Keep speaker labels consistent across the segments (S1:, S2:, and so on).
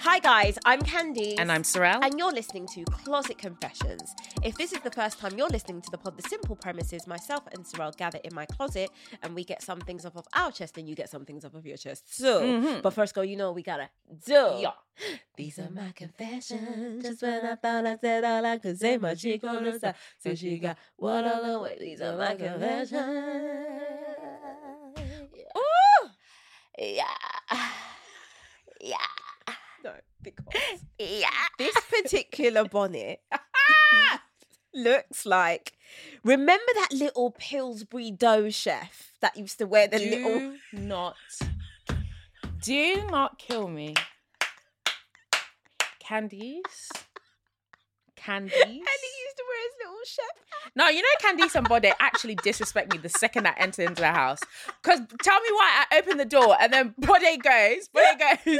S1: Hi guys, I'm Candice.
S2: And I'm Sorrel.
S1: And you're listening to Closet Confessions. If this is the first time you're listening to the pod, the simple premise is myself and Sorrel gather in my closet and we get some things off of our chest and you get some things off of your chest. So,
S2: Mm-hmm.
S1: but first girl, you know what we gotta do. Yeah. These are my confessions. Just when I thought I said all I could say, my she called us So she got what all the way. These are my confessions.
S2: Ooh!
S1: Yeah. Yeah. No, because this particular bonnet looks like remember that little Pillsbury dough chef that used to wear the
S2: do
S1: little
S2: not, do not kill me, Candice. Candice.
S1: and he used to wear his little chef hat.
S2: No, you know Candice and Bode actually disrespect me the second I enter into the house. Cause tell me why I open the door and then Bode goes, Bode goes.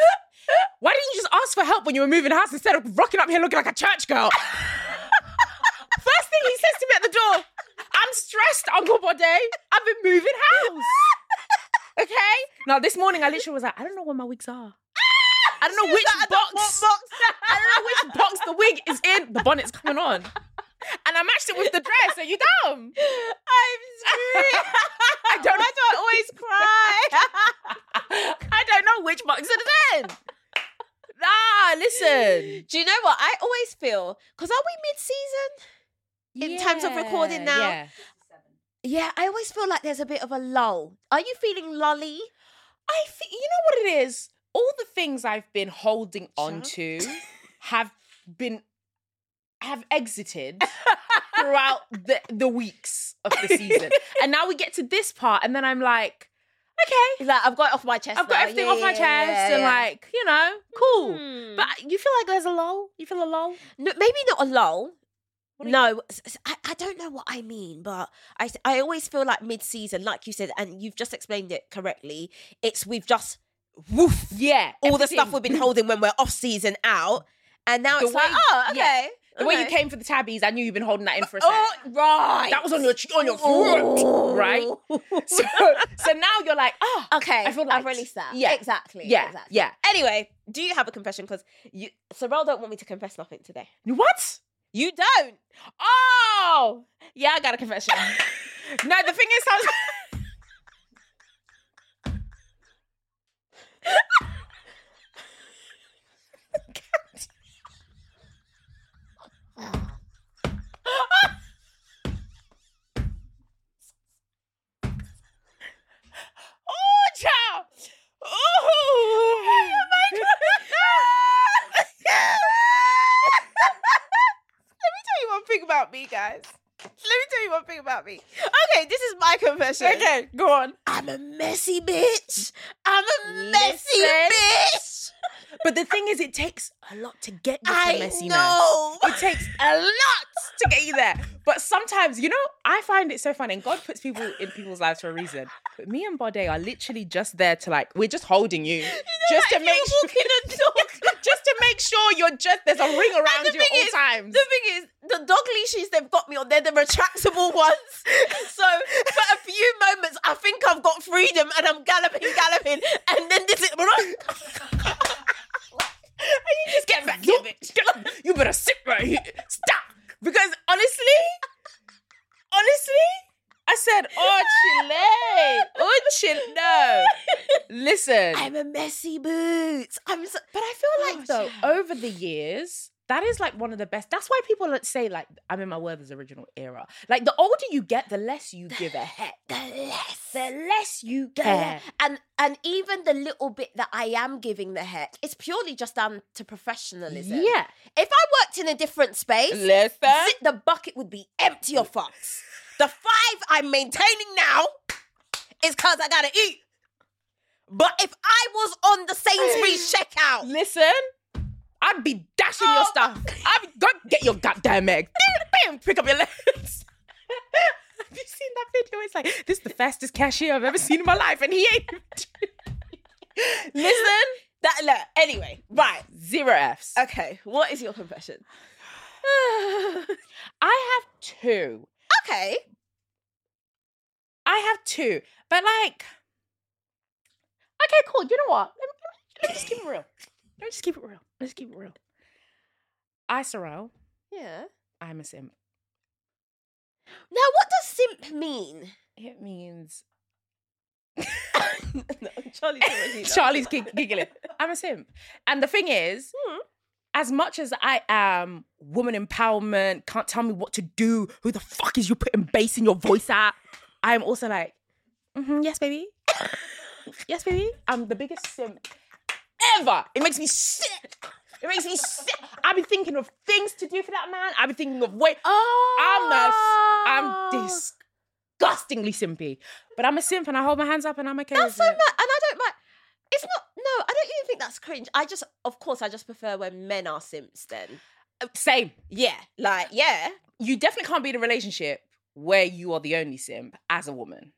S2: Why didn't you just ask for help when you were moving house instead of rocking up here looking like a church girl? First thing he says to me at the door, I'm stressed, Uncle Bode. I've been moving house. Okay? Now this morning I literally was like, I don't know where my wigs are. I don't know which
S1: like, "I don't
S2: box.
S1: want box."
S2: I don't know which box the wig is in. The bonnet's coming on. And I matched it with the dress. Are you dumb?
S1: I'm screwed.
S2: I don't
S1: Why do I always cry?
S2: I don't know which box it is in. Nah, listen.
S1: Do you know what? I always feel because are we mid season? In terms of recording now, Yeah, I always feel like there's a bit of a lull. Are you feeling lolly?
S2: I think you know what it is. All the things I've been holding on
S1: up.
S2: to have been have exited throughout the the weeks of the season, and now we get to this part, and then I'm like, okay,
S1: Like I've got it off my chest.
S2: I've got
S1: now.
S2: everything
S1: Yeah,
S2: off my
S1: yeah,
S2: chest,
S1: yeah,
S2: and
S1: yeah.
S2: like you know, cool.
S1: Hmm.
S2: But you feel like there's a lull. You feel a lull.
S1: No, maybe not a lull.
S2: What do you-
S1: No, s- s- I, I don't know what I mean, but I, s- I always feel like mid season, like you said, and you've just explained it correctly. It's we've just woof
S2: Yeah,
S1: all the stuff
S2: everything.
S1: we've been holding when we're off season out, and now
S2: The
S1: it's like
S2: way-
S1: oh okay.
S2: yeah. The way you
S1: okay.
S2: came for the tabbies, I knew you've been holding that in for a second.
S1: Oh right,
S2: That was on your ch- on your throat, right? So, so now you're like, oh,
S1: Okay,
S2: I feel
S1: I've
S2: light.
S1: released that.
S2: Yeah.
S1: exactly.
S2: Yeah,
S1: exactly.
S2: yeah.
S1: Anyway, do you have a confession? Because you, Sorrel don't want me to confess nothing today.
S2: what?
S1: You don't.
S2: Oh, yeah, I got a confession. no, the thing is, I was. Oh, child. Oh, my God.
S1: Let me tell you one thing about me, guys. Let me tell you one thing about me. Okay, this is my confession.
S2: okay, go on.
S1: I'm a messy bitch. I'm a messy
S2: Listen.
S1: bitch.
S2: But the thing is, it takes a lot to get you to
S1: I
S2: messiness.
S1: know.
S2: It takes a lot to get you there. But sometimes, you know, I find it so funny. And God puts people in people's lives for a reason. But me and Bode are literally just there to like, we're just holding you, just to
S1: if you
S2: make
S1: were
S2: sure, just to make sure you're just there's a ring around
S1: the
S2: you at
S1: thing
S2: all
S1: is-
S2: times.
S1: The thing is, the dog leashes they've got me on, they're the retractable ones. So for a few moments, I think I've got freedom and I'm galloping, galloping, and then this is.
S2: and you just get back, you, you better sit right here. Stop. Because honestly, honestly, I said, oh, Chile. Oh, Chile. No. Listen.
S1: I'm a messy boots. I'm so,
S2: But I feel like
S1: Oh,
S2: though
S1: yeah.
S2: over the years, that is like one of the best. That's why people like, say like I'm in my Werther's original era. Like the older you get, the less you give a heck.
S1: the less.
S2: The less you
S1: the
S2: care.
S1: le- and and even the little bit that I am giving the heck, it's purely just down to professionalism.
S2: Yeah.
S1: If I worked in a different space,
S2: Listen.
S1: zip, the bucket would be empty of fucks. The five I'm maintaining now is because I gotta eat. But if I was on the Sainsbury's checkout,
S2: Listen, I'd be dashing your
S1: Oh
S2: stuff. I'd be, go get your goddamn egg. Bam, bam, pick up your legs. Have you seen that video? It's like, this is the fastest cashier I've ever seen in my life, and he ain't. even- Listen,
S1: that look. Anyway, right.
S2: zero F's.
S1: Okay, what is your confession?
S2: I have two.
S1: Okay.
S2: I have two, but like, okay, cool. You know what? Let me, let me just keep it real. Let me just keep it real. Let's keep it real. I, Sorrel,
S1: Yeah.
S2: I'm a simp.
S1: Now, what does simp mean?
S2: It means
S1: no, Charlie's already laughed.
S2: Charlie's gig- giggling. I'm a simp. And the thing is,
S1: Hmm.
S2: as much as I am woman empowerment, can't tell me what to do, who the fuck is you putting bass in your voice at? I'm also like, "Mhm, yes, baby. yes, baby. I'm the biggest simp ever. It makes me sick. It makes me sick. I've been thinking of things to do for that man. I've been thinking of wait.
S1: Oh,
S2: I'm a,
S1: Ah.
S2: I'm disgustingly simpy. But I'm a simp and I hold my hands up and I'm okay
S1: That's so
S2: with
S1: mad,
S2: it.
S1: and I don't like. It's not. No, I don't even think that's cringe. I just, of course, I just prefer when men are simps. Then,
S2: Same.
S1: yeah, like yeah,
S2: you definitely can't be in a relationship where you are the only simp as a woman.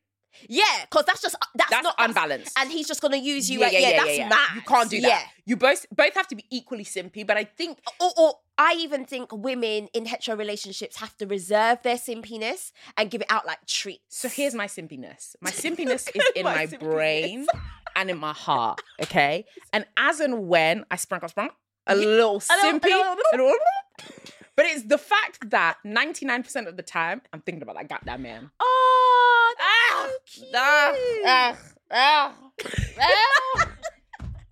S1: yeah, because that's just uh, that's,
S2: That's
S1: not
S2: unbalanced.
S1: and he's just gonna use you. Yeah, yeah, that's mad.
S2: You can't do that.
S1: Yeah.
S2: You both both have to be equally simpy, but I think
S1: Or, or I even think women in hetero relationships have to reserve their simpiness and give it out like treats.
S2: so here's my simpiness. My simpiness is in
S1: My
S2: my,
S1: simpiness.
S2: brain and in my heart, okay? And as and when I sprung up sprung a little
S1: little-
S2: simpy.
S1: a little-
S2: a little- But it's the fact that 99% of the time I'm thinking about that goddamn man.
S1: Oh, that's
S2: Ah,
S1: so cute.
S2: ah, ah, ah,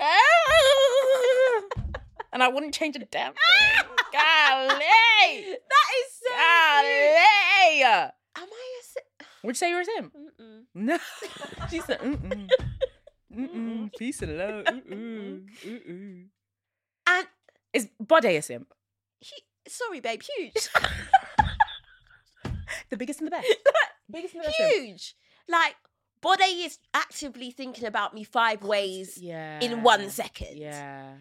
S2: ah, ah. and I wouldn't change a damn thing. Golly!
S1: That is so. cute.
S2: Golly!
S1: Am I a simp?
S2: Would you say you were a simp?
S1: Mm-mm.
S2: No. She said, mm-mm. Mm-mm. Peace and love. Mm-mm. Mm-mm.
S1: And
S2: Is Bode a simp?
S1: he, sorry, babe, huge,
S2: The biggest and the best. biggest and the best. simp.
S1: huge. Like Bode is actively thinking about me five ways
S2: Yeah.
S1: in one second,
S2: Yeah.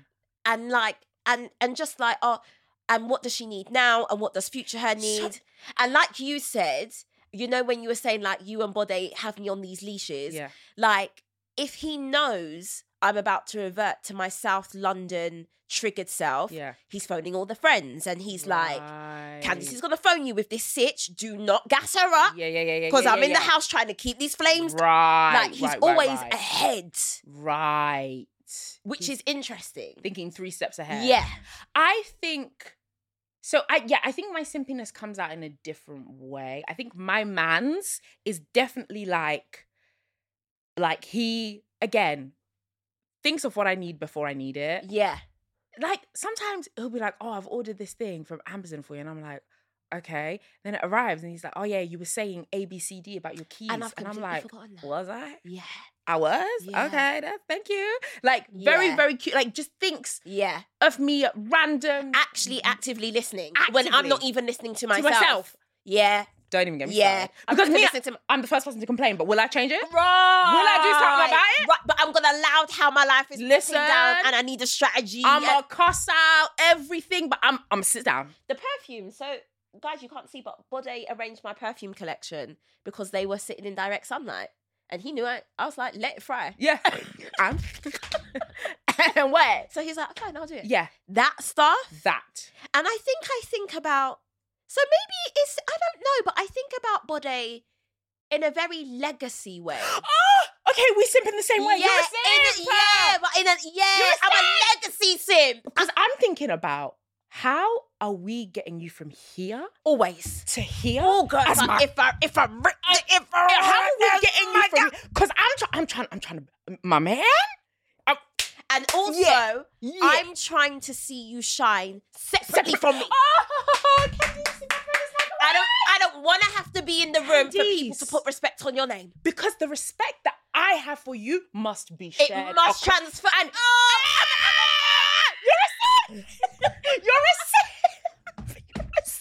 S1: and like, and and just like, oh, and what does she need now, and what does future her need, and like you said, you know, when you were saying like you and Bode have me on these leashes,
S2: Yeah.
S1: like if he knows. I'm about to revert to my South London triggered self.
S2: Yeah.
S1: He's phoning all the friends and he's like, Candice is
S2: Right.
S1: gonna phone you with this sitch. Do not gas her up.
S2: Yeah, yeah, yeah, yeah.
S1: Because
S2: yeah,
S1: I'm
S2: yeah,
S1: in
S2: yeah.
S1: the house trying to keep these flames.
S2: Right.
S1: like he's
S2: right, right,
S1: always
S2: right.
S1: ahead,
S2: Right.
S1: which
S2: He's
S1: is interesting.
S2: thinking three steps ahead.
S1: Yeah.
S2: I think so I yeah, I think my simpiness comes out in a different way. I think my man's is definitely like like he again thinks of what I need before I need it.
S1: Yeah.
S2: Like sometimes he'll be like, "Oh, I've ordered this thing from Amazon for you." And I'm like, "Okay." Then it arrives and he's like, "Oh yeah, you were saying A B C D about your keys."
S1: And I've
S2: I'm
S1: completely
S2: like,
S1: forgotten that.
S2: "Was I?"
S1: Yeah.
S2: I was
S1: Yeah.
S2: okay. That, thank you. Like very,
S1: Yeah.
S2: very cute. Like just thinks
S1: Yeah.
S2: of me at random.
S1: Actually actively listening. When I'm
S2: Actively.
S1: not even listening Mm-hmm. to myself.
S2: myself.
S1: Yeah.
S2: Don't even get me
S1: Yeah.
S2: started.
S1: I'm not
S2: Because
S1: gonna
S2: me,
S1: listen to-
S2: I'm the first person to complain. But will I change it?
S1: Right. Will I
S2: do something about it?
S1: Right, but I'm gonna loud how my life is listen
S2: Listen.
S1: down and I need a strategy.
S2: I'm
S1: and-
S2: gonna cuss out everything. But I'm, I'm sit down.
S1: the perfume. So, guys, you can't see, but Bode arranged my perfume collection because they were sitting in direct sunlight, and he knew it. I was like, let it fry.
S2: Yeah. I'm. and what?
S1: So he's like, fine, I'll do it.
S2: Yeah.
S1: that stuff.
S2: That.
S1: And I think I think about. So maybe it's I don't know, but I think about Bode in a very legacy way.
S2: Oh, okay. We simp in the same way. You're a
S1: in a,
S2: simp.
S1: yeah, but in a yeah,
S2: You're a
S1: I'm a legacy simp.
S2: Because I'm thinking about how are we getting you from here
S1: Always.
S2: to here?
S1: Oh God!
S2: as my
S1: if I if I rip if I
S2: Yeah, how are we
S1: as
S2: getting you
S1: my
S2: from? Because I'm, try- I'm trying, I'm trying to, my man.
S1: And also,
S2: Yeah. Yeah.
S1: I'm trying to see you shine separately from me.
S2: Oh, can you see my friend is like,
S1: I don't I don't wanna have to be in the room for people
S2: Candice.
S1: to put respect on your name.
S2: because the respect that I have for you must be
S1: It
S2: shared.
S1: must
S2: across-
S1: transfer and
S2: You're a simp. You're a simp. You're a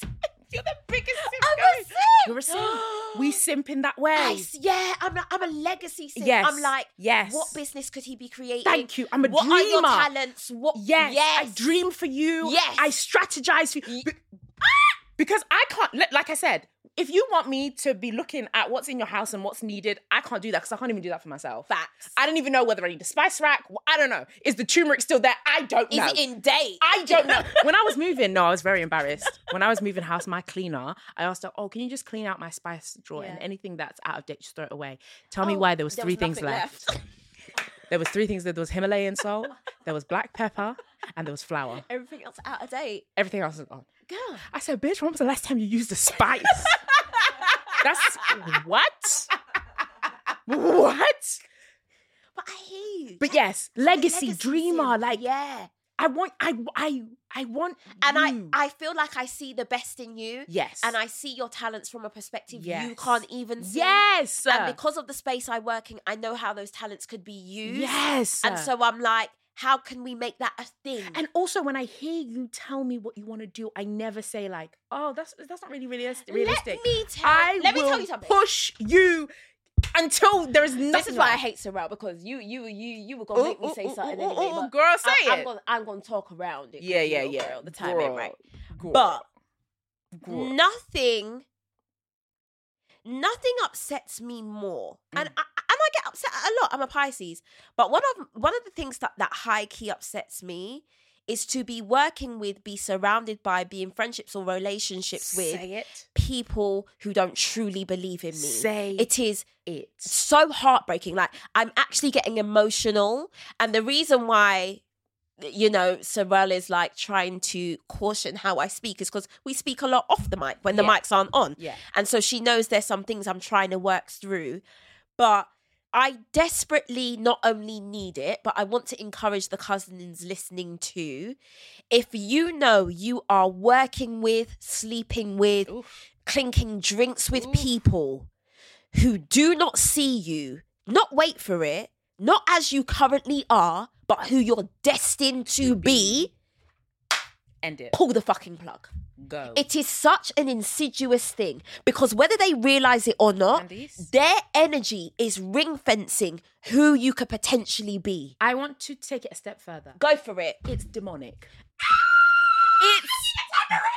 S2: simp. You're the biggest simp.
S1: I'm a
S2: going.
S1: simp.
S2: You're a simp. we simp in that way.
S1: Yes, yeah, I'm a, I'm a legacy sim.
S2: Yes,
S1: I'm like,
S2: yes.
S1: what business could he be creating?
S2: Thank you. I'm a
S1: what are your
S2: dreamer.
S1: talents? What?
S2: Yes, I
S1: yes.
S2: dream for you.
S1: Yes.
S2: I strategize for you.
S1: Ye-
S2: Be- Ah! because I can't, li- like I said, if you want me to be looking at what's in your house and what's needed, I can't do that because I can't even do that for myself.
S1: Facts.
S2: I don't even know whether I need a spice rack. I don't know. Is the turmeric still there? I don't
S1: Is
S2: know.
S1: it in date?
S2: I don't know. when I was moving, no, I was very embarrassed. When I was moving house, my cleaner, I asked her, "Oh, can you just clean out my spice drawer and
S1: Yeah.
S2: anything that's out of date, just throw it away? Tell me
S1: Oh,
S2: why there was
S1: there
S2: three
S1: was
S2: things
S1: nothing
S2: left.
S1: left.
S2: there was three things. There was Himalayan salt, there was black pepper, and there was flour.
S1: Everything else out of date.
S2: Everything else is gone.
S1: Girl.
S2: I said, "Bitch, when was the last time you used a spice? that's what? what?
S1: But I hear you.
S2: But yes, legacy, dreamer.
S1: sim.
S2: Like
S1: yeah.
S2: I want, I, I, I want,
S1: And
S2: you.
S1: I, I feel like I see the best in you.
S2: Yes.
S1: And I see your talents from a perspective you
S2: Yes.
S1: can't even see.
S2: Yes.
S1: And because of the space I work in, I know how those talents could be used.
S2: Yes.
S1: And so I'm like, how can we make that a thing?
S2: And also, when I hear you tell me what you want to do, I never say like, "Oh, that's that's not really realis- realistic."
S1: me tell-
S2: I
S1: let me tell
S2: will
S1: you something.
S2: Push you until there is nothing.
S1: this is why I
S2: left.
S1: hate Sorrel because you you you you were gonna make me
S2: Ooh,
S1: say
S2: ooh,
S1: something
S2: ooh, ooh,
S1: anyway.
S2: ooh,
S1: but
S2: girl, say
S1: I,
S2: it.
S1: am gonna I'm gonna talk around it. 'cause,
S2: Yeah,
S1: you
S2: yeah,
S1: know,
S2: yeah.
S1: Girl, the time ain't
S2: Girl,
S1: right.
S2: girl,
S1: But
S2: girl.
S1: nothing nothing upsets me more
S2: Mm.
S1: and I, and I get upset a lot i'm a pisces but one of one of the things that that high key upsets me is to be working with be surrounded by be in friendships or relationships with
S2: say it.
S1: people who don't truly believe in me
S2: Say
S1: it is
S2: It.
S1: so heartbreaking. Like I'm actually getting emotional, and the reason why, you know, Sorel is like trying to caution how I speak is because we speak a lot off the mic when the
S2: Yeah.
S1: mics aren't on,
S2: Yeah.
S1: and so she knows there's some things I'm trying to work through, but. I desperately not only need it, but I want to encourage the cousins listening too. If you know you are working with, sleeping with, clinking drinks with people who do not see you, not wait for it, not as you currently are, but who you're destined to be,
S2: End it.
S1: pull the fucking plug.
S2: Go.
S1: It is such an insidious thing because whether they realize it or not,
S2: Candice?
S1: their energy is ring fencing who you could potentially be.
S2: I want to take it a step further.
S1: Go for it.
S2: It's demonic. It's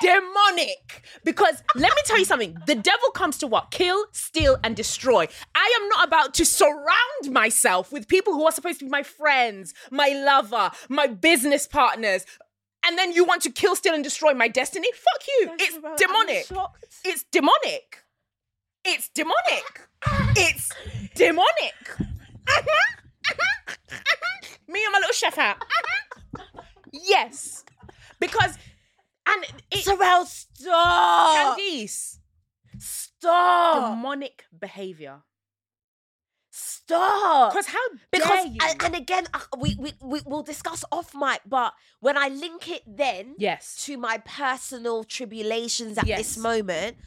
S2: demonic. Because let me tell you something the devil comes to what? Kill, steal, and destroy. I am not about to surround myself with people who are supposed to be my friends, my lover, my business partners. And then you want to kill, steal, and destroy my destiny? Fuck you. It's
S1: Sorrel, I'm
S2: demonic.
S1: shocked.
S2: It's demonic. It's demonic. It's demonic. Me and my little chef hat. yes. Because, and it's
S1: Sorrel, stop.
S2: Candice.
S1: Stop.
S2: Demonic behavior.
S1: Stop.
S2: Because how dare
S1: uh, because
S2: you?
S1: and, and again uh, we, we we will discuss off mic but when i link it then
S2: Yes.
S1: to my personal tribulations at
S2: Yes.
S1: this moment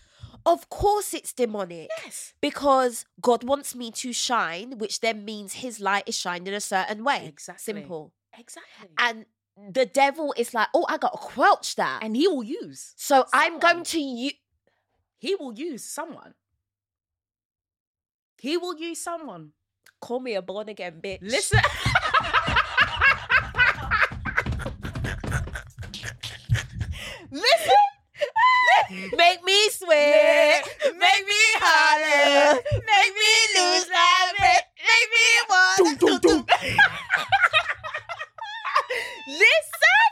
S1: of course it's demonic
S2: Yes.
S1: because god wants me to shine which then means his light is shined in a certain way
S2: Exactly.
S1: simple
S2: Exactly. And,
S1: and the devil is like oh i gotta quelch that
S2: and he will use.
S1: so i'm
S2: someone.
S1: going to you
S2: He will use someone. He will use someone.
S1: call me a born again bitch
S2: Listen. Listen.
S1: make me sweat
S2: Make me holler. Make me lose my breath. Make me want. to- Listen.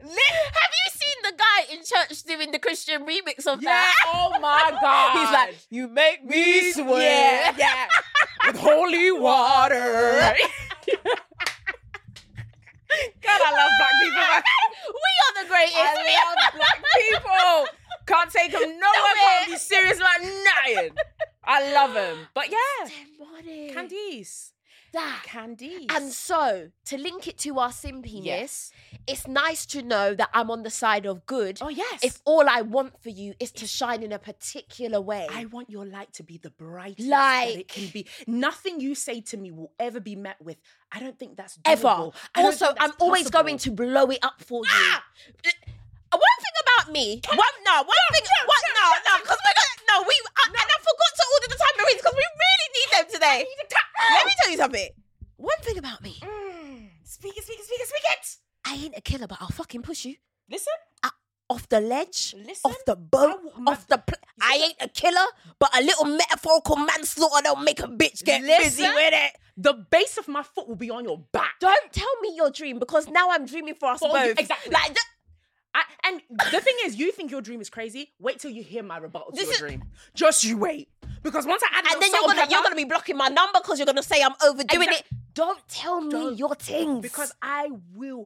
S1: Have you seen the guy in church doing the Christian remix of
S2: Yeah. Oh my God.
S1: He's like,
S2: you make me
S1: sweat."
S2: Yeah. With holy water. God, I love black people. man.
S1: we are the greatest. We
S2: I
S1: are-
S2: love black people. Can't take them nowhere. Can't be serious about nothing. I love them. But yeah,
S1: Demonic.
S2: Candice.
S1: That.
S2: Candice.
S1: And so, to link it to our simpiness,
S2: Yes.
S1: it's nice to know that I'm on the side of good.
S2: Oh, yes.
S1: If all I want for you is to shine in a particular way.
S2: I want your light to be the brightest that it
S1: Like-
S2: can be. Nothing you say to me will ever be met with. I don't think that's
S1: ever.
S2: doable. I don't
S1: also,
S2: think
S1: I'm
S2: that's
S1: always
S2: possible."
S1: going to blow it up for you.
S2: Ah!
S1: Uh, One thing about about me.
S2: One, no, one thing. What? No, no, because we're gonna. No, we. I, And I forgot to order the tambourines because we really need them today.
S1: Let me tell you something. One thing about me,
S2: Mm. Speak it, speak it, speak it, speak it.
S1: I ain't a killer, but I'll fucking push you
S2: Listen.
S1: off the ledge,
S2: Listen,
S1: off the
S2: I
S1: boat,
S2: will ma-
S1: off the. Pl- I ain't a killer, but a little metaphorical manslaughter don't make a bitch get busy
S2: Listen.
S1: with it.
S2: The base of my foot will be on your back.
S1: Don't tell me your dream because now I'm dreaming for us
S2: For you-
S1: both.
S2: exactly.
S1: Like, th-
S2: I, and the thing is, you think your dream is crazy. Wait till you hear my rebuttal to
S1: This
S2: your
S1: is-
S2: dream. Just you wait, because once I add,
S1: and then you're gonna you're gonna be blocking my number because you're gonna say I'm overdoing
S2: Exact-
S1: it. Don't tell me
S2: Don't-
S1: your things
S2: because I will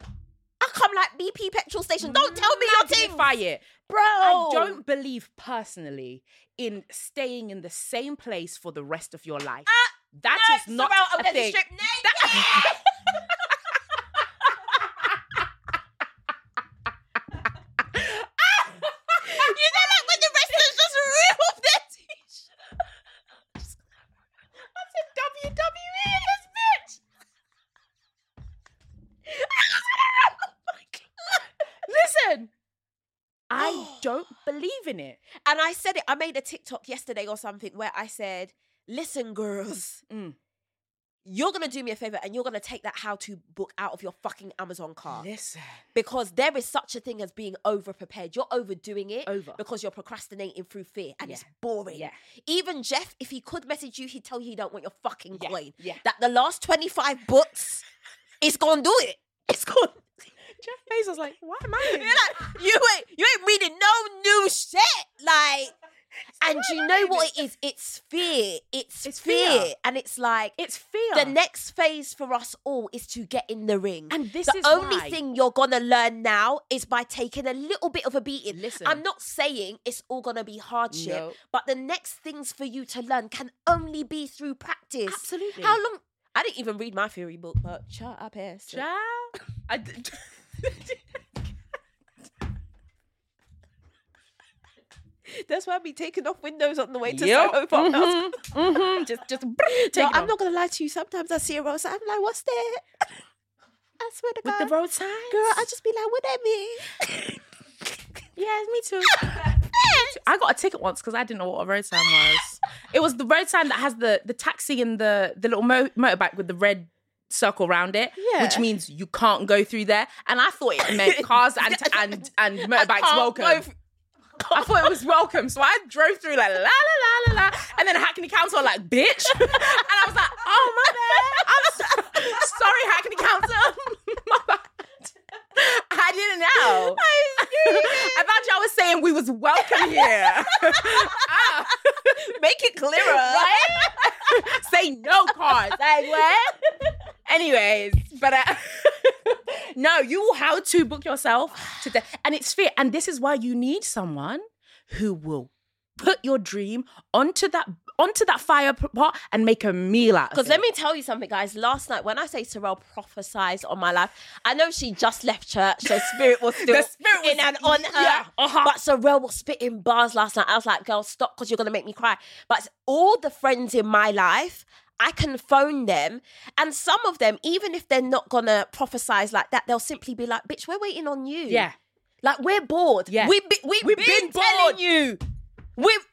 S1: I come like BP petrol station. Don't tell me your things,
S2: Mm, magnify it.
S1: bro.
S2: I don't believe personally in staying in the same place for the rest of your life. That
S1: no,
S2: is not
S1: Sorrel, Uh, I'm
S2: a
S1: gonna
S2: thing.
S1: strip
S2: That-
S1: You know, like when the wrestlers just rip off their t-shirt. That's a WWE E in this bitch.
S2: Listen, I don't believe in it.
S1: And I said it. I made a TikTok yesterday or something where I said, "Listen, girls."
S2: Mm.
S1: You're gonna do me a favor and you're gonna take that how to book out of your fucking Amazon cart.
S2: Listen,
S1: because there is such a thing as being over prepared. You're overdoing it
S2: Over.
S1: because you're procrastinating through fear and it's
S2: Yeah.
S1: boring.
S2: Yeah.
S1: Even Jeff, if he could message you, he'd tell you he don't want your fucking
S2: Yeah.
S1: coin.
S2: Yeah.
S1: That the last 25 books, it's gonna do it. It's gonna
S2: Jeff Bezos like, why am I?
S1: you're
S2: in this?
S1: like, you ain't you ain't reading no new shit. Like and you know what it is? It's fear. It's,
S2: It's
S1: fear.
S2: fear.
S1: And it's like
S2: It's fear.
S1: the next phase for us all is to get in the ring.
S2: And this
S1: the
S2: is
S1: only
S2: why.
S1: thing you're gonna learn now is by taking a little bit of a beating.
S2: Listen.
S1: I'm not saying it's all gonna be hardship,
S2: No.
S1: but the next things for you to learn can only be through practice.
S2: Absolutely.
S1: How long? I didn't even read my theory book, but shut up, ass.
S2: Child. I d-
S1: That's why I be taking off windows on the way to
S2: Yep.
S1: Soho Park.
S2: Mhm. Mhm. Just, just take
S1: No,
S2: it
S1: I'm
S2: off.
S1: not gonna lie to you. Sometimes I see a road sign, I'm like, what's that? I swear to God,
S2: with the road signs.
S1: girl, I just be like, what that mean?
S2: yeah, me too. I got a ticket once because I didn't know what a road sign was. It was the road sign that has the the taxi and the the little mo- motorbike with the red circle around it, which
S1: Yeah.
S2: means you can't go through there. And I thought it meant cars and and and motorbikes
S1: can't
S2: welcome.
S1: go through-
S2: I thought it was welcome, so I drove through like la la la la la, and then Hackney Council were like bitch, and I was like, oh my bad, I'm so- sorry Hackney Council, my bad. I didn't know. I thought y'all was saying we was welcome here. Ah.
S1: Make it clearer.
S2: Right? Say no cards. Like what? Anyways, but uh, no, you will how to book yourself to the and it's fear. And this is why you need someone who will put your dream onto that onto that fire p- pot and make a meal out of
S1: Because
S2: it.
S1: let me tell you something, guys. Last night, when I say Sorrel prophesized on my life, I know she just left church, so spirit was still
S2: The spirit was-
S1: in and on her.
S2: yeah, uh-huh.
S1: But Sorrel was spitting bars last night. I was like, girl, stop, because you're going to make me cry. But all the friends in my life, I can phone them. And some of them, even if they're not going to prophesize like that, they'll simply be like, bitch, we're waiting on you.
S2: Yeah.
S1: Like, we're bored.
S2: Yeah.
S1: We've been, we've
S2: We've
S1: been,
S2: been
S1: telling
S2: bored.
S1: you. We've,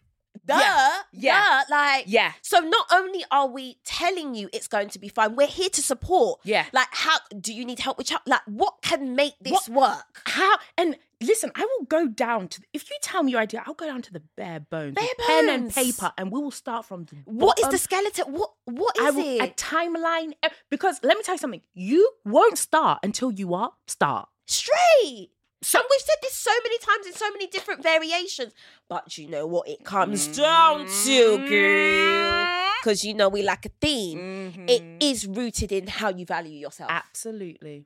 S1: duh,
S2: Yeah. Yeah.
S1: duh, like,
S2: Yeah.
S1: so not only are we telling you it's going to be fine, we're here to support.
S2: Yeah.
S1: Like, how do you need help with child? Like, what can make this
S2: What-
S1: work?
S2: How and listen, I will go down to if you tell me your idea, I'll go down to the bare bones,
S1: Bare
S2: with pen and
S1: bones.
S2: paper, and we will start from the
S1: What is
S2: bottom
S1: the skeleton? What what
S2: um, I
S1: is
S2: will,
S1: it?
S2: a timeline eh, because let me tell you something. You won't start until you are start.
S1: Straight. and we've said this so many times in so many different variations. But you know what it comes
S2: Mm-hmm.
S1: down to, girl. Because you know we like a theme. It
S2: Mm-hmm.
S1: is rooted in how you value yourself.
S2: Absolutely,
S1: It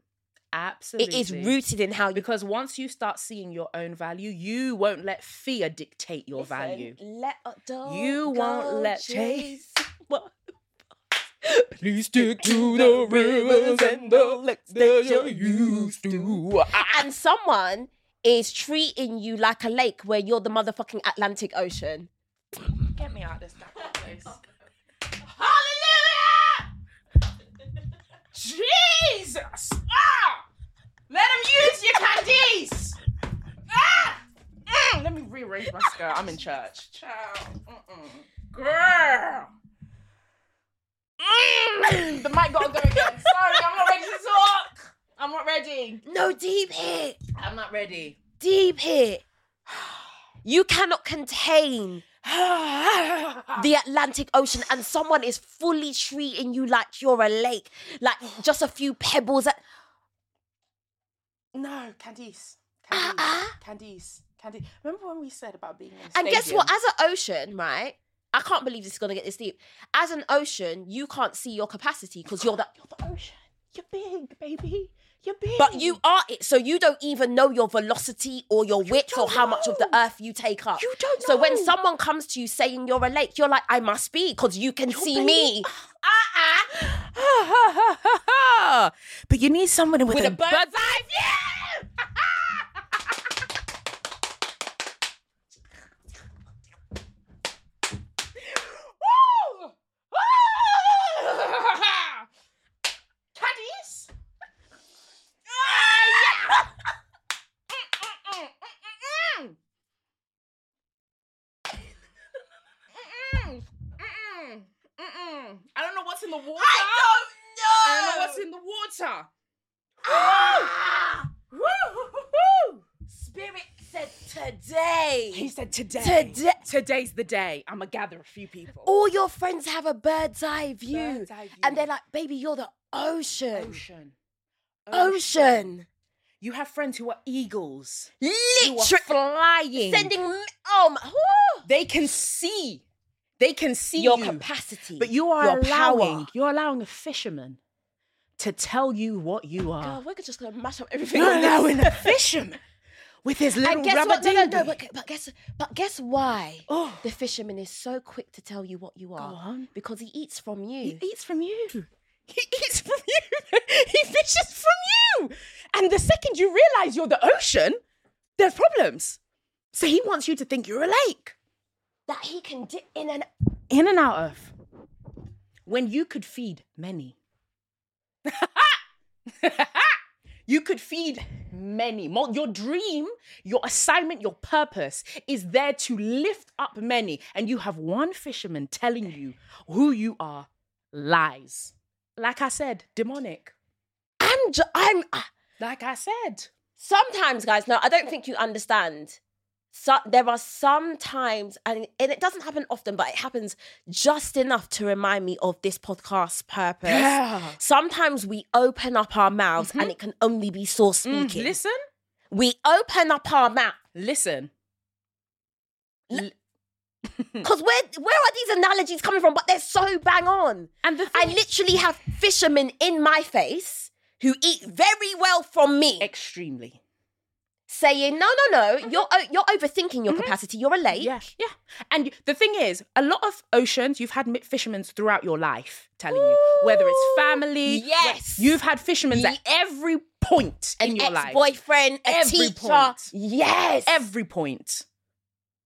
S2: absolutely.
S1: is rooted in how you
S2: because once you start seeing your own value, you won't let fear dictate your
S1: Listen,
S2: value.
S1: Let a dog
S2: You won't
S1: go
S2: let-
S1: chase. What?
S2: Please stick to the rivers and the licks that you're used to.
S1: and someone is treating you like a lake where you're the motherfucking Atlantic Ocean.
S2: Get me out of this damn place. Jesus! Ah! Let them use your candies! Ah! Mm, Girl, I'm in church. Child. Mm-mm. Girl. Mm. The mic gotta go again. Sorry, I'm not ready to talk. I'm not ready.
S1: No deep hit.
S2: I'm not ready.
S1: Deep hit. You cannot contain the Atlantic Ocean, and someone is fully treating you like you're a lake, like just a few pebbles. At-
S2: No, Candice. Candice. Candice. Candice. Remember when we said about being in a
S1: Uh-uh. and guess what?
S2: stadium?
S1: As an ocean, right? I can't believe this is gonna get this deep. As an ocean, you can't see your capacity because you're the
S2: You're the ocean. You're big, baby. You're big.
S1: But you are it, so you don't even know your velocity or your width or
S2: don't
S1: how much of the
S2: know.
S1: earth you take up.
S2: You don't
S1: So when
S2: know.
S1: someone comes to you saying you're a lake, you're like, I must be, because you can see me.
S2: Uh-uh. but you need someone with,
S1: With
S2: a,
S1: a bird's
S2: bird's eye view. Woo! Woo! Caddies? Ah, yeah! Mm, mm, mm, mm, mm, mm. Mm, mm, mm. I don't know what's in the water. I don't know what's in the water.
S1: Spirit said today.
S2: He said today.
S1: Today-
S2: Today's the day. I'm gonna gather a few people.
S1: All your friends have a bird's eye view.
S2: Bird's eye view.
S1: And they're like, baby, you're the ocean.
S2: Ocean.
S1: Ocean.
S2: You have friends who are eagles. You are
S1: Literally.
S2: flying.
S1: Sending, oh my, whoo.
S2: They can see. They can see
S1: your
S2: you.
S1: capacity.
S2: But you are
S1: your
S2: allowing.
S1: Power.
S2: You're allowing a fisherman to tell you what you
S1: Oh,
S2: are.
S1: we're just gonna mash up everything.
S2: You're
S1: on this.
S2: allowing a fisherman with his little
S1: And guess
S2: rubber
S1: what? No, no,
S2: dinghy.
S1: no, but, but guess, but guess why?
S2: Oh.
S1: The fisherman is so quick to tell you what you are.
S2: on.
S1: Because he eats from
S2: He
S1: you.
S2: eats from you. He eats from you. he fishes from you. And the second you realize you're the ocean, there's problems. So he wants you to think you're a lake.
S1: That he can dip in and
S2: In and out of. When you could feed many. you could feed many. Mo- Your dream, your assignment, your purpose is there to lift up many. And you have one fisherman telling you who you are lies. Like I said, demonic.
S1: I'm ju- I'm ah.
S2: Like I said.
S1: sometimes guys, no, I don't think you understand. So, there are some times, and, and it doesn't happen often, but it happens just enough to remind me of this podcast's purpose.
S2: Yeah.
S1: Sometimes we open up our mouths and it can only be source speaking.
S2: Mm-hmm. Mm, Listen,
S1: We open up our mouth.
S2: listen.
S1: Because where where are these analogies coming from? But they're so bang on.
S2: And the
S1: I
S2: thing-
S1: literally have fishermen in my face who eat very well from me,
S2: Extremely.
S1: saying, "No, no, no,
S2: Mm-hmm.
S1: you're o- you're overthinking your capacity. You're a lake."
S2: Yeah, yeah. And y- the thing is, a lot of oceans, you've had mi- fishermen throughout your life telling you, whether it's family, whe-
S1: yes.
S2: you've had fishermen at
S1: Ye-
S2: every point
S1: An
S2: in your life,
S1: ex-boyfriend, a
S2: Every
S1: teacher.
S2: point.
S1: Yes,
S2: every point.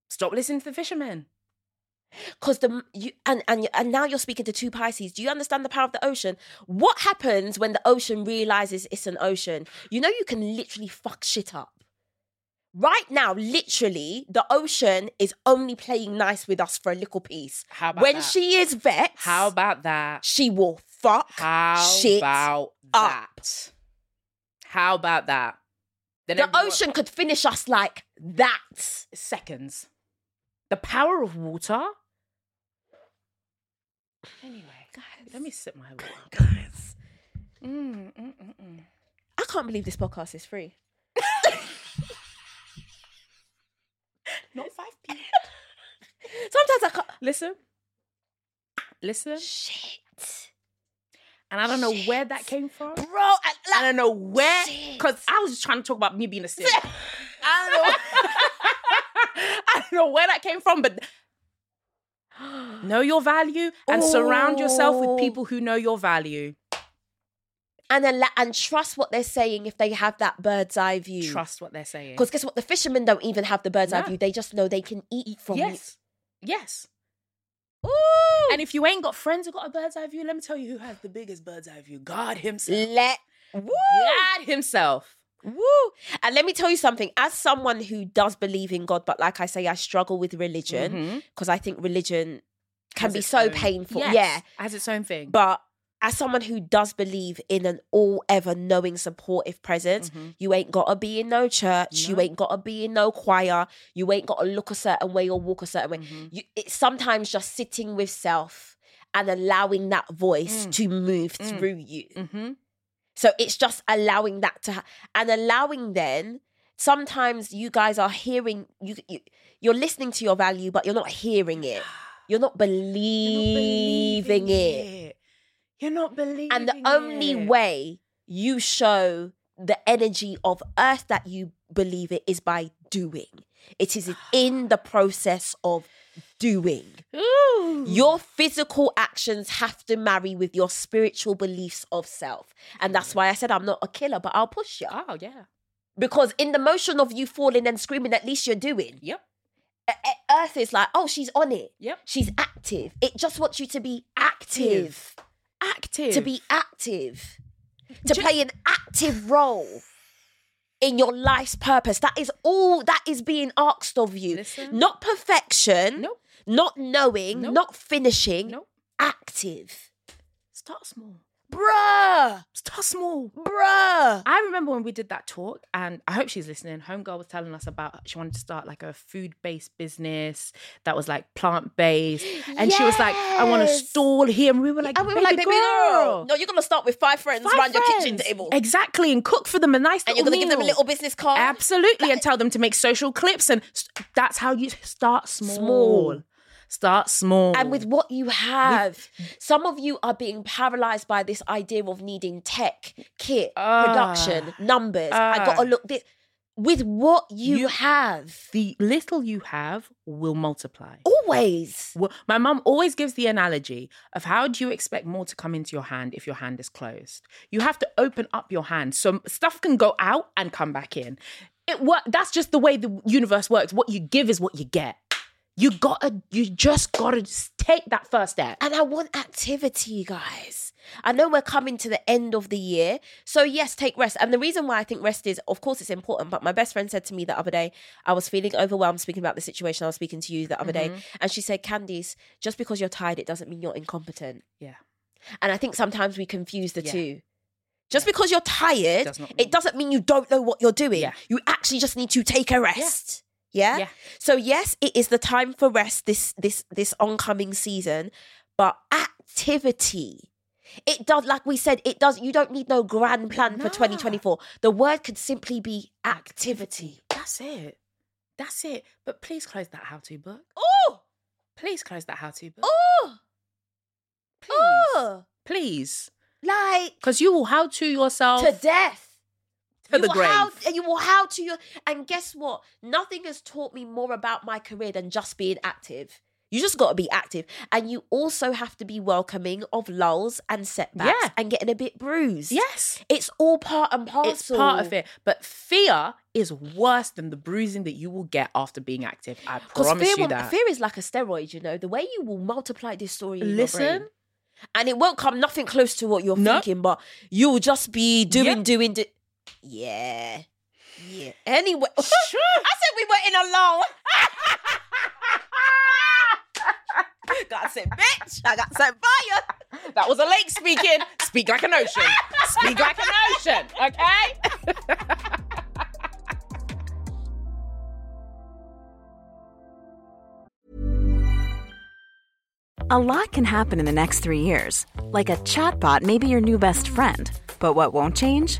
S2: Stop listening to the fishermen.
S1: because the you and and and now you're speaking to two Pisces. Do you understand the power of the ocean? What happens when the ocean realizes it's an ocean? You know, you can literally fuck shit up. Right now, literally, the ocean is only playing nice with us for a little piece.
S2: How about
S1: when
S2: that?
S1: she is vexed?
S2: How about that?
S1: she will fuck
S2: How
S1: shit
S2: about
S1: up.
S2: that? How about that? Then
S1: The
S2: everyone-
S1: ocean could finish us like that.
S2: seconds. The power of water. Anyway, guys, let me sip my water.
S1: Guys, Mm, I can't believe this podcast is free.
S2: Not five people.
S1: Sometimes I can't.
S2: Listen, listen,
S1: Shit,
S2: and I don't know where that came from.
S1: bro. I,
S2: I don't know where,
S1: Shit.
S2: because I was just trying to talk about me being a sin. I don't know. I don't know where that came from, but know your value and surround yourself
S1: Ooh.
S2: with people who know your value.
S1: and then la- and trust what they're saying if they have that bird's eye view.
S2: Trust what they're saying.
S1: Because guess what? The fishermen don't even have the bird's eye
S2: No.
S1: view. They just know they can eat from
S2: yes, yes.
S1: you.
S2: And if you ain't got friends who got a bird's eye view, let me tell you who has the biggest bird's eye view. God himself.
S1: Let woo.
S2: God himself.
S1: Woo! And let me tell you something. As someone who does believe in God, but like I say, I struggle with religion because I think religion can
S2: Mm-hmm. Has
S1: be
S2: its
S1: so
S2: own-
S1: painful.
S2: Yes,
S1: Yeah.
S2: has its own thing.
S1: But as someone who does believe in an all ever knowing supportive presence, you ain't gotta be in Mm-hmm. no church, you ain't gotta be in no choir, you ain't gotta look a certain way or walk a certain way. You, it's sometimes just sitting with self and allowing that voice to move through you.
S2: Mhm.
S1: So it's just allowing that to ha- and allowing then sometimes you guys are hearing you, you you're listening to your value but you're not hearing it. You're not believing it.
S2: You're not believing
S1: And the only
S2: it.
S1: way you show the energy of earth that you believe it is by doing. It is in the process of doing.
S2: Ooh.
S1: Your physical actions have to marry with your spiritual beliefs of self. And that's
S2: Mm.
S1: why I said I'm not a killer, but I'll push you.
S2: Oh yeah.
S1: Because in the motion of you falling and screaming, at least you're doing.
S2: Yep.
S1: E- e- Earth is like, oh, she's on it.
S2: Yep.
S1: She's active. It just wants you to be active.
S2: Active.
S1: to be active, to play an active role in your life's purpose. That is all that is being asked of you.
S2: Listen.
S1: Not perfection,
S2: Nope.
S1: not knowing,
S2: Nope.
S1: not finishing,
S2: Nope.
S1: active.
S2: Start small.
S1: Bruh,
S2: Start small.
S1: bruh.
S2: I remember when we did that talk, and I hope she's listening. Homegirl was telling us about she wanted to start like a food based business that was like plant based, and she was like, "I want to
S1: Yes.
S2: stall here," and we were like,
S1: And we were
S2: "Baby
S1: like, baby girl. No, you're gonna start with five friends
S2: five
S1: around your kitchen
S2: friends.
S1: table.
S2: exactly, and cook for them a nice,
S1: And you're gonna give them a
S2: meal.
S1: little business card.
S2: absolutely, and tell them to make social clips, and s- that's how you start small.
S1: Small.
S2: Start small,
S1: and with what you have. Some of you are being paralyzed by this idea of needing tech, kit, production, numbers. I gotta look this with what you, have.
S2: the little you have will multiply.
S1: Always.
S2: Well, my mum always gives the analogy of how do you expect more to come into your hand if your hand is closed? You have to open up your hand so stuff can go out and come back in. It work. That's just the way the universe works. What you give is what you get. You gotta. You just gotta just take that first step.
S1: And I want activity, you guys. I know we're coming to the end of the year. So, yes, take rest. And the reason why I think rest is, of course, it's important. But my best friend said to me the other day, I was feeling overwhelmed speaking about the situation. I was speaking to you the other day. And she said, Candice, just because you're tired, it doesn't mean you're incompetent.
S2: Yeah.
S1: And I think sometimes we confuse the
S2: Yeah.
S1: two. Just because you're tired,
S2: Does not mean-
S1: it doesn't mean you don't know what you're doing.
S2: Yeah.
S1: You actually just need to take a rest. Yeah?
S2: Yeah.
S1: So yes, it is the time for rest this this this oncoming season, but activity. It does like we said, it does you don't need no grand plan for
S2: Nah.
S1: 2024. The word could simply be activity.
S2: That's it. That's it. But please close that how-to book.
S1: Oh!
S2: Please close that how-to book.
S1: Oh!
S2: please,
S1: Oh!
S2: please,
S1: Like
S2: because you will how-to yourself
S1: to death.
S2: to
S1: you
S2: the
S1: will
S2: grave.
S1: How, you will how to your and guess what? Nothing has taught me more about my career than just being active. You just got to be active, and you also have to be welcoming of lulls and setbacks
S2: Yeah.
S1: and getting a bit bruised.
S2: yes.
S1: it's all part and parcel.
S2: It's part of it. But fear is worse than the bruising that you will get after being active. I
S1: Because
S2: promise
S1: fear,
S2: you
S1: will-
S2: that.
S1: fear is like a steroid, you know. The way you will multiply this story, in your
S2: Listen.
S1: brain. and it won't come nothing close to what you're
S2: No.
S1: thinking, but you'll just be doing,
S2: Yep.
S1: doing, do- yeah, yeah. Anyway, I said we were in a lull. God said, bitch, I got sent by you.
S2: that was a lake speaking. Speak like an ocean. Speak like an ocean. Okay.
S3: A lot can happen in the next three years. Like a chatbot may be your new best friend. But what won't change?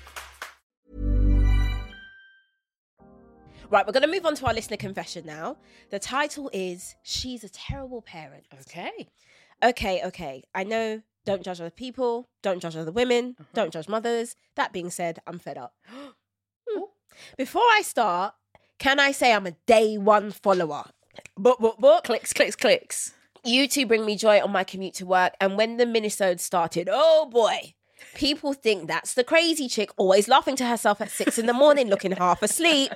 S1: Right, we're going to move on to our listener confession now. The title is She's a Terrible Parent.
S2: Okay.
S1: Okay, okay. I know, don't judge other people, don't judge other women, don't judge mothers. That being said, I'm fed up. Hmm. Before I start, can I say I'm a day one follower?
S2: But but but clicks clicks clicks.
S1: You two bring me joy on my commute to work. And when the minisode started, oh boy, people think that's the crazy chick always laughing to herself at six in the morning, looking half asleep.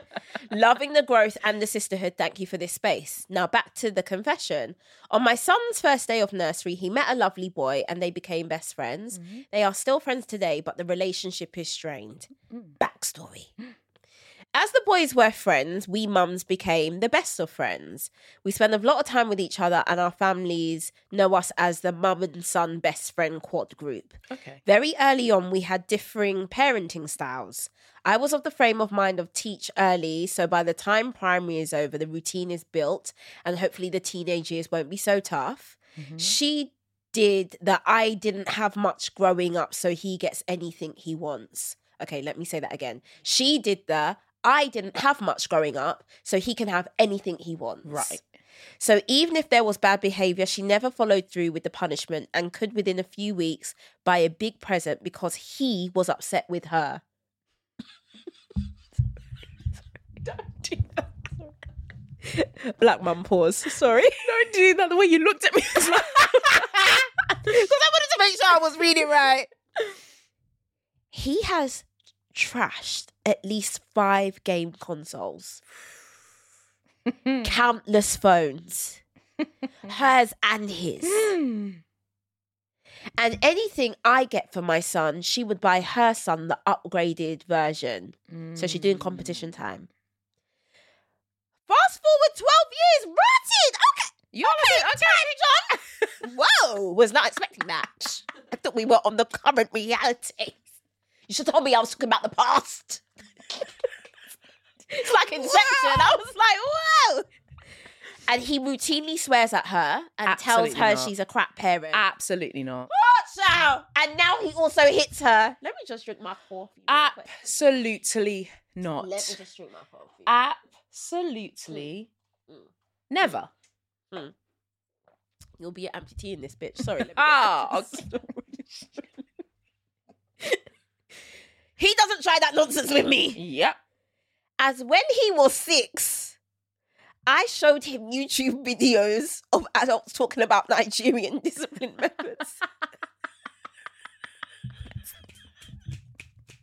S1: Loving the growth and the sisterhood. Thank you for this space. Now back to the confession. On my son's first day of nursery, he met a lovely boy and they became best friends. They are still friends today, but the relationship is strained. Backstory. As the boys were friends, we mums became the best of friends. We spend a lot of time with each other, and our families know us as the mum and son best friend quad group.
S2: Okay.
S1: Very early on, we had differing parenting styles. I was of the frame of mind of teach early, so by the time primary is over, the routine is built, and hopefully the teenage years won't be so tough. She did that I didn't have much growing up, so he gets anything he wants. Okay, let me say that again. She did the I didn't have much growing up, so he can have anything he wants.
S2: Right.
S1: So even if there was bad behavior, she never followed through with the punishment and could within a few weeks buy a big present because he was upset with her. Black mum pause. Sorry.
S2: Don't do that. The way you looked at me is like
S1: Because I wanted to make sure I was reading right. He has trashed at least five game consoles, countless phones, hers and his. And anything I get for my son, she would buy her son the upgraded version. So she's doing competition
S2: Mm.
S1: time. Fast forward 12 years, rotted! Okay.
S2: you okay, okay, John.
S1: Whoa, was not expecting that. I thought we were on the current realities. You should have told me I was talking about the past. it's like Inception. I was like, whoa. And he routinely swears at her and tells
S2: Absolutely
S1: her
S2: not.
S1: she's a crap parent.
S2: Absolutely not.
S1: Watch out! And now he also hits her. Let me just drink my coffee. real quick.
S2: Absolutely not.
S1: Let me just drink my coffee.
S2: Absolutely Mm. never.
S1: You'll be an amputee in this bitch. Sorry. Let me get back to
S2: Ah,
S1: this. He doesn't try that nonsense with me.
S2: yep.
S1: as when he was six, I showed him YouTube videos of adults talking about Nigerian discipline methods.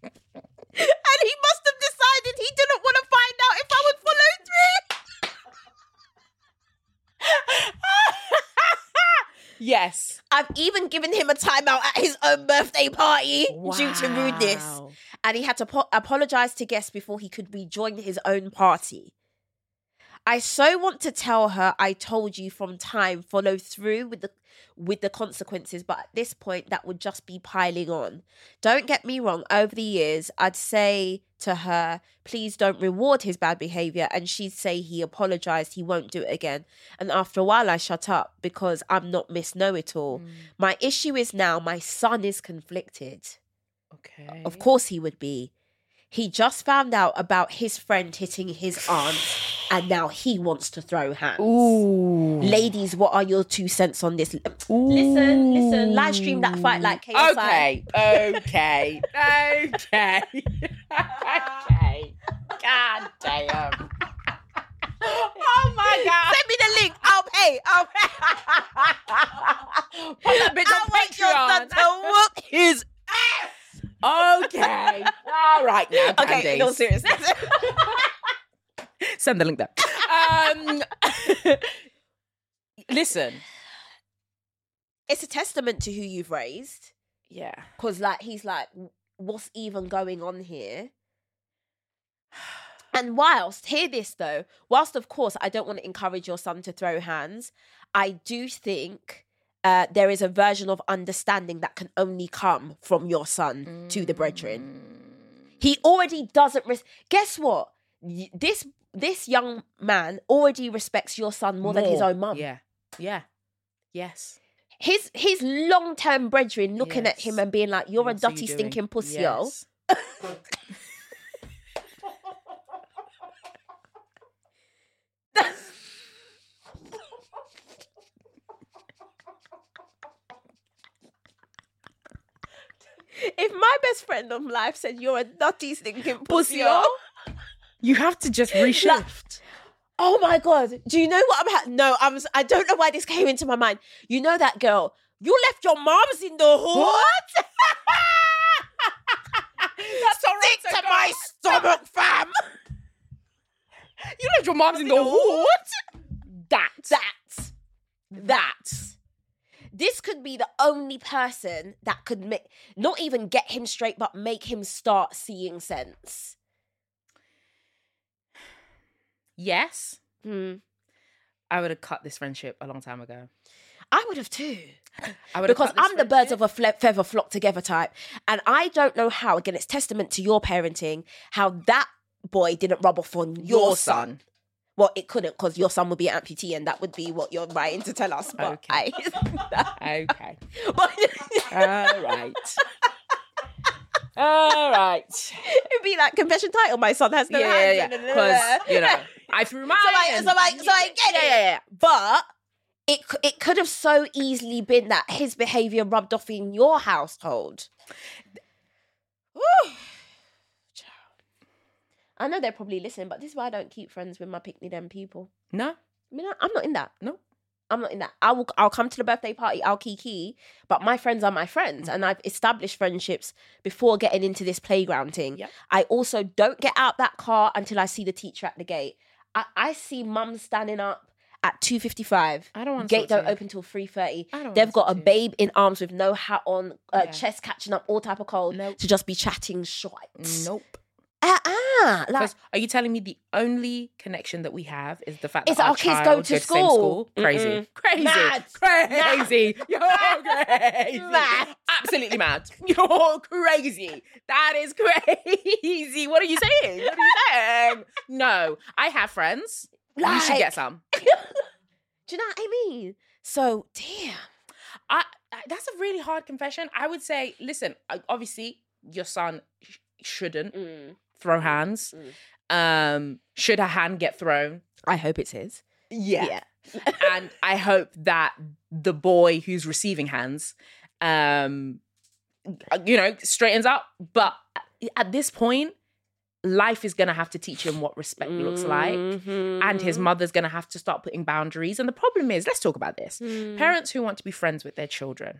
S1: and he must have decided he didn't want to find out if I would follow through.
S2: Yes.
S1: I've even given him a timeout at his own birthday party due to rudeness.
S2: Wow.
S1: and he had to po- apologize to guests before he could rejoin his own party. I so want to tell her I told you from time follow through with the with the consequences but at this point that would just be piling on. Don't get me wrong over the years I'd say to her please don't reward his bad behavior and she'd say he apologized he won't do it again and after a while I shut up because I'm not Miss Know It All.
S2: Mm.
S1: My issue is now my son is conflicted.
S2: Okay.
S1: Of course he would be. He just found out about his friend hitting his aunt and now he wants to throw hands.
S2: Ooh.
S1: Ladies, what are your two cents on this? Listen, listen, live stream that fight like KSI.
S2: Okay. Okay. okay. okay. God damn. Oh my god.
S1: Send me the link. I'll pay. I'll pay.
S2: Put that bitch
S1: I want your son
S2: on
S1: to whoop his
S2: Patreon. Okay. All right now.
S1: Okay, no
S2: Candace.
S1: seriousness.
S2: Send the link there. Um, listen.
S1: it's a testament to who you've raised.
S2: Yeah.
S1: Cause like he's like, what's even going on here? And whilst hear this though, whilst of course I don't want to encourage your son to throw hands, I do think uh, there is a version of understanding that can only come from your son
S2: Mm.
S1: to the brethren. He already doesn't. Res- Guess what? Y- This this young man already respects your son more, than his own mum.
S2: Yeah. Yeah. Yes.
S1: His his long term brethren looking at
S2: Yes.
S1: him and being like, "You're a
S2: What are you
S1: dotty
S2: doing?
S1: stinking pussy, yo."
S2: Yes.
S1: If my best friend on life said you're a dotty stinking pussy,
S2: Pussy,
S1: yo,
S2: You have to just reshift.
S1: oh my god, do you know what I'm? Ha- no, I'm. s- I don't know why this came into my mind. You know that girl. You left your mom's in the hood. Stick to
S2: Toronto
S1: my stomach, fam.
S2: you left your mom's in the hood.
S1: What? That. That. That. This could be the only person that could make, not even get him straight, but make him start seeing sense.
S2: Yes.
S1: Hmm.
S2: I would have cut this friendship a long time ago.
S1: I would have too.
S2: I would
S1: Because I'm the birds of a fle- feather flock together type. And I don't know how, again, it's testament to your parenting, how that boy didn't rub off on your, son. Well, it couldn't because your son would be an amputee and that would be what you're writing to tell us. But
S2: Okay.
S1: I-
S2: Okay.
S1: but-
S2: All right. All right.
S1: It'd be like confession title. My son has no
S2: yeah,
S1: hands. and-
S2: yeah, yeah. Because you know, I threw mine.
S1: so I, so I, so I get it.
S2: Yeah, yeah, yeah.
S1: But it c- it could have so easily been that his behavior rubbed off in your household. Whew. Child. I know they're probably listening, but this is why I don't keep friends with my pickney them people.
S2: No,
S1: I mean, I- I'm not in that.
S2: no.
S1: I'm not in that. I will. I'll come to the birthday party. I'll kiki, but my friends are my friends,
S2: Mm-hmm.
S1: and I've established friendships before getting into this playground thing.
S2: Yep.
S1: I also don't get out that car until I see the teacher at the gate. I, I see mum standing up at two fifty five.
S2: I don't wanna
S1: Gate
S2: talk
S1: don't
S2: to you.
S1: open till three thirty.
S2: I don't
S1: They've
S2: wanna
S1: got
S2: talk
S1: a
S2: to you.
S1: babe in arms with no hat on, uh,
S2: Yeah.
S1: chest catching up, all type of cold
S2: Nope.
S1: to just be chatting shite.
S2: Nope.
S1: Ah, ah, like
S2: Because are you telling me the only connection that we have is the fact
S1: Is
S2: that
S1: our
S2: our,
S1: kids go
S2: child
S1: to
S2: go the same
S1: school?
S2: Crazy,
S1: Mm-mm.
S2: crazy,
S1: Mad.
S2: crazy. You're crazy.
S1: Mad.
S2: Absolutely mad. You're crazy. That is crazy. What are you saying? What are you saying? No, I have friends. you should
S1: Like-
S2: get some.
S1: do you know what I mean? So damn.
S2: I I- that's a really hard confession. I would say, listen, I- obviously your son sh- shouldn't throw hands. Um, should a hand get thrown? I hope it's his.
S1: Yeah.
S2: and I hope that the boy who's receiving hands, um, you know, straightens up. But at this point, life is going to have to teach him what respect looks like. And his mother's going to have to start putting boundaries. And the problem is, let's talk about this parents who want to be friends with their children.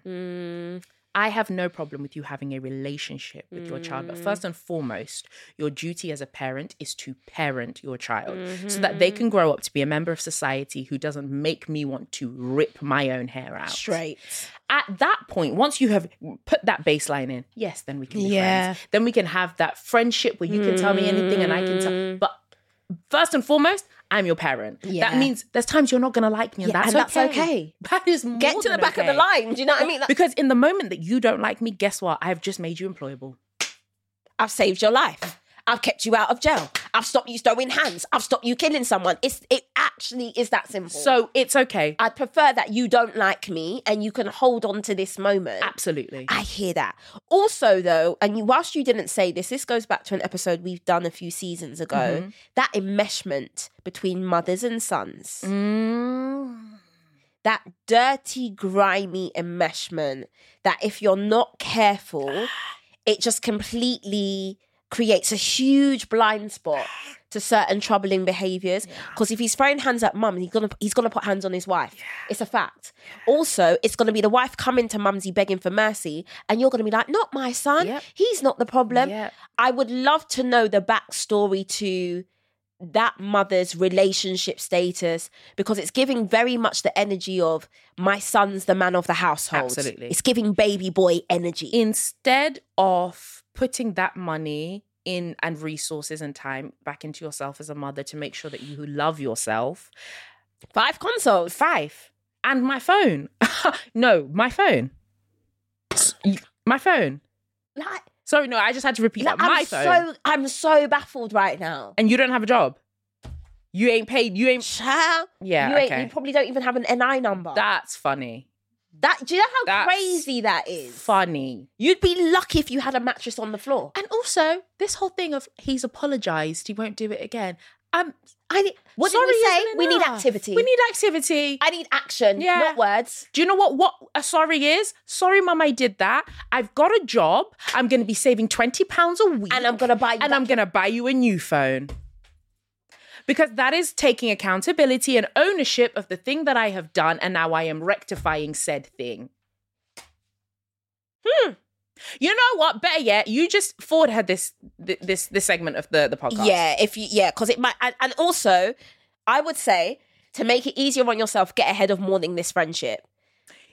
S2: I have no problem with you having a relationship with your child, but first and foremost, your duty as a parent is to parent your child so that they can grow up to be a member of society who doesn't make me want to rip my own hair out.
S1: Straight.
S2: At that point, once you have put that baseline in, yes, then we can be
S1: Yeah.
S2: friends. Then we can have that friendship where you can tell me anything and I can tell. But first and foremost, I'm your parent.
S1: Mm. Yeah.
S2: That means there's times you're not going to like me, and,
S1: Yeah,
S2: that's,
S1: and that's
S2: okay.
S1: okay.
S2: That is more
S1: Get to
S2: than
S1: the back of the
S2: okay.
S1: line. Do you know what I mean? Like,
S2: Because in the moment that you don't like me, guess what? I've just made you employable.
S1: I've saved your life. I've kept you out of jail. I've stopped you throwing hands. I've stopped you killing someone. It's it actually is that simple.
S2: So it's okay.
S1: I prefer that you don't like me and you can hold on to this moment.
S2: Absolutely.
S1: I hear that. Also, though, and you, whilst you didn't say this, this goes back to an episode we've done a few seasons ago. That enmeshment between mothers and sons. that dirty, grimy enmeshment that if you're not careful, it just completely creates a huge blind spot to certain troubling behaviors. Because if he's throwing hands at mum, he's gonna he's gonna put hands on his wife. It's a fact. Also, it's gonna be the wife coming to mumsy begging for mercy, and you're gonna be like, "Not my son.
S2: Yep.
S1: He's not the problem."
S2: Yep.
S1: I would love to know the backstory to that mother's relationship status because it's giving very much the energy of my son's the man of the household.
S2: Absolutely.
S1: It's giving baby boy energy.
S2: Instead of putting that money in and resources and time back into yourself as a mother to make sure that you love yourself,
S1: Five consoles.
S2: five and my phone. no, my phone. My phone.
S1: Like,
S2: Sorry, no, I just had to repeat
S1: like,
S2: that. My
S1: I'm
S2: phone.
S1: so I'm so baffled right now.
S2: and you don't have a job. You ain't paid. You ain't.
S1: Child,
S2: Yeah,
S1: you, ain't,
S2: okay.
S1: you probably don't even have an NI number. That,
S2: That's funny.
S1: do you know how
S2: That's
S1: crazy that is?
S2: Funny.
S1: You'd be lucky if you had a mattress on the floor.
S2: And also, this whole thing of he's apologized, he won't do it again. Um, I
S1: What did we
S2: sorry
S1: say?
S2: isn't
S1: We need
S2: enough.
S1: activity.
S2: We need activity.
S1: I need action,
S2: Yeah.
S1: not words.
S2: do you know what what a sorry is? Sorry, mum, I did that. I've got a job. I'm going to be saving twenty pounds a week,
S1: And I'm gonna buy you
S2: and
S1: that-
S2: I'm going to buy you a new phone. Because that is taking accountability and ownership of the thing that I have done, and now I am rectifying said thing. Hmm. You know what? Better yet, you just forward her this th- this this segment of the the podcast.
S1: Yeah, if you yeah, because it might and, and also I would say to make it easier on yourself, get ahead of mourning this friendship.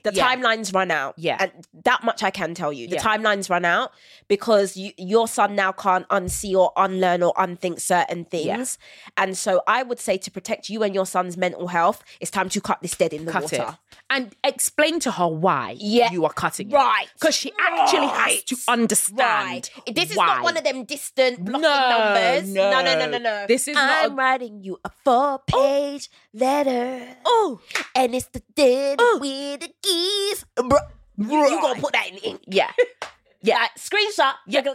S1: The
S2: Yeah.
S1: timelines run out.
S2: Yeah.
S1: And that much I can tell you. The
S2: Yeah.
S1: timelines run out because you, your son now can't unsee or unlearn or unthink certain things. And so I would say to protect you and your son's mental health, it's time to cut this dead in the
S2: cut
S1: water.
S2: it and explain to her why
S1: Yeah.
S2: you are cutting it.
S1: Right.
S2: Because she actually has
S1: Right.
S2: to understand.
S1: Right. This is
S2: why.
S1: not one of them distant blocking
S2: No,
S1: numbers. No, no,
S2: no.
S1: no, no, no.
S2: This is not
S1: I'm
S2: a-
S1: writing you a four page letter.
S2: Oh.
S1: And it's the dead
S2: Oh.
S1: with the keys. Bruh. You, you gotta put that in ink.
S2: Yeah.
S1: Yeah. Like, screenshot.
S2: Yeah.
S1: Ding.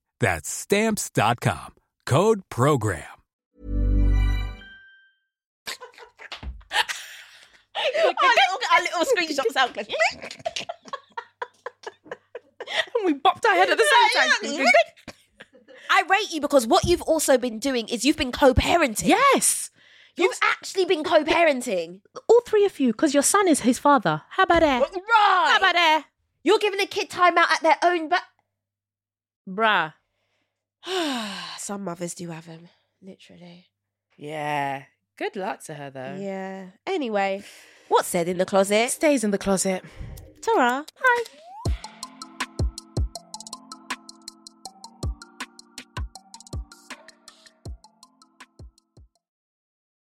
S4: That's stamps.com. Code program.
S1: our, little, our little screenshot sound clip.
S2: And we bopped our head at the same time.
S1: I rate you because what you've also been doing is you've been co-parenting.
S2: yes.
S1: You've actually been co-parenting.
S2: All three of you, because your son is his father. How about that?
S1: Right.
S2: How about that?
S1: You're giving a kid time out at their own but
S2: Bruh.
S1: some mothers do have them, literally.
S2: Yeah. Good luck to her, though.
S1: Yeah. Anyway, what's said in the closet?
S2: Stays in the closet.
S1: Ta-ra. Hi.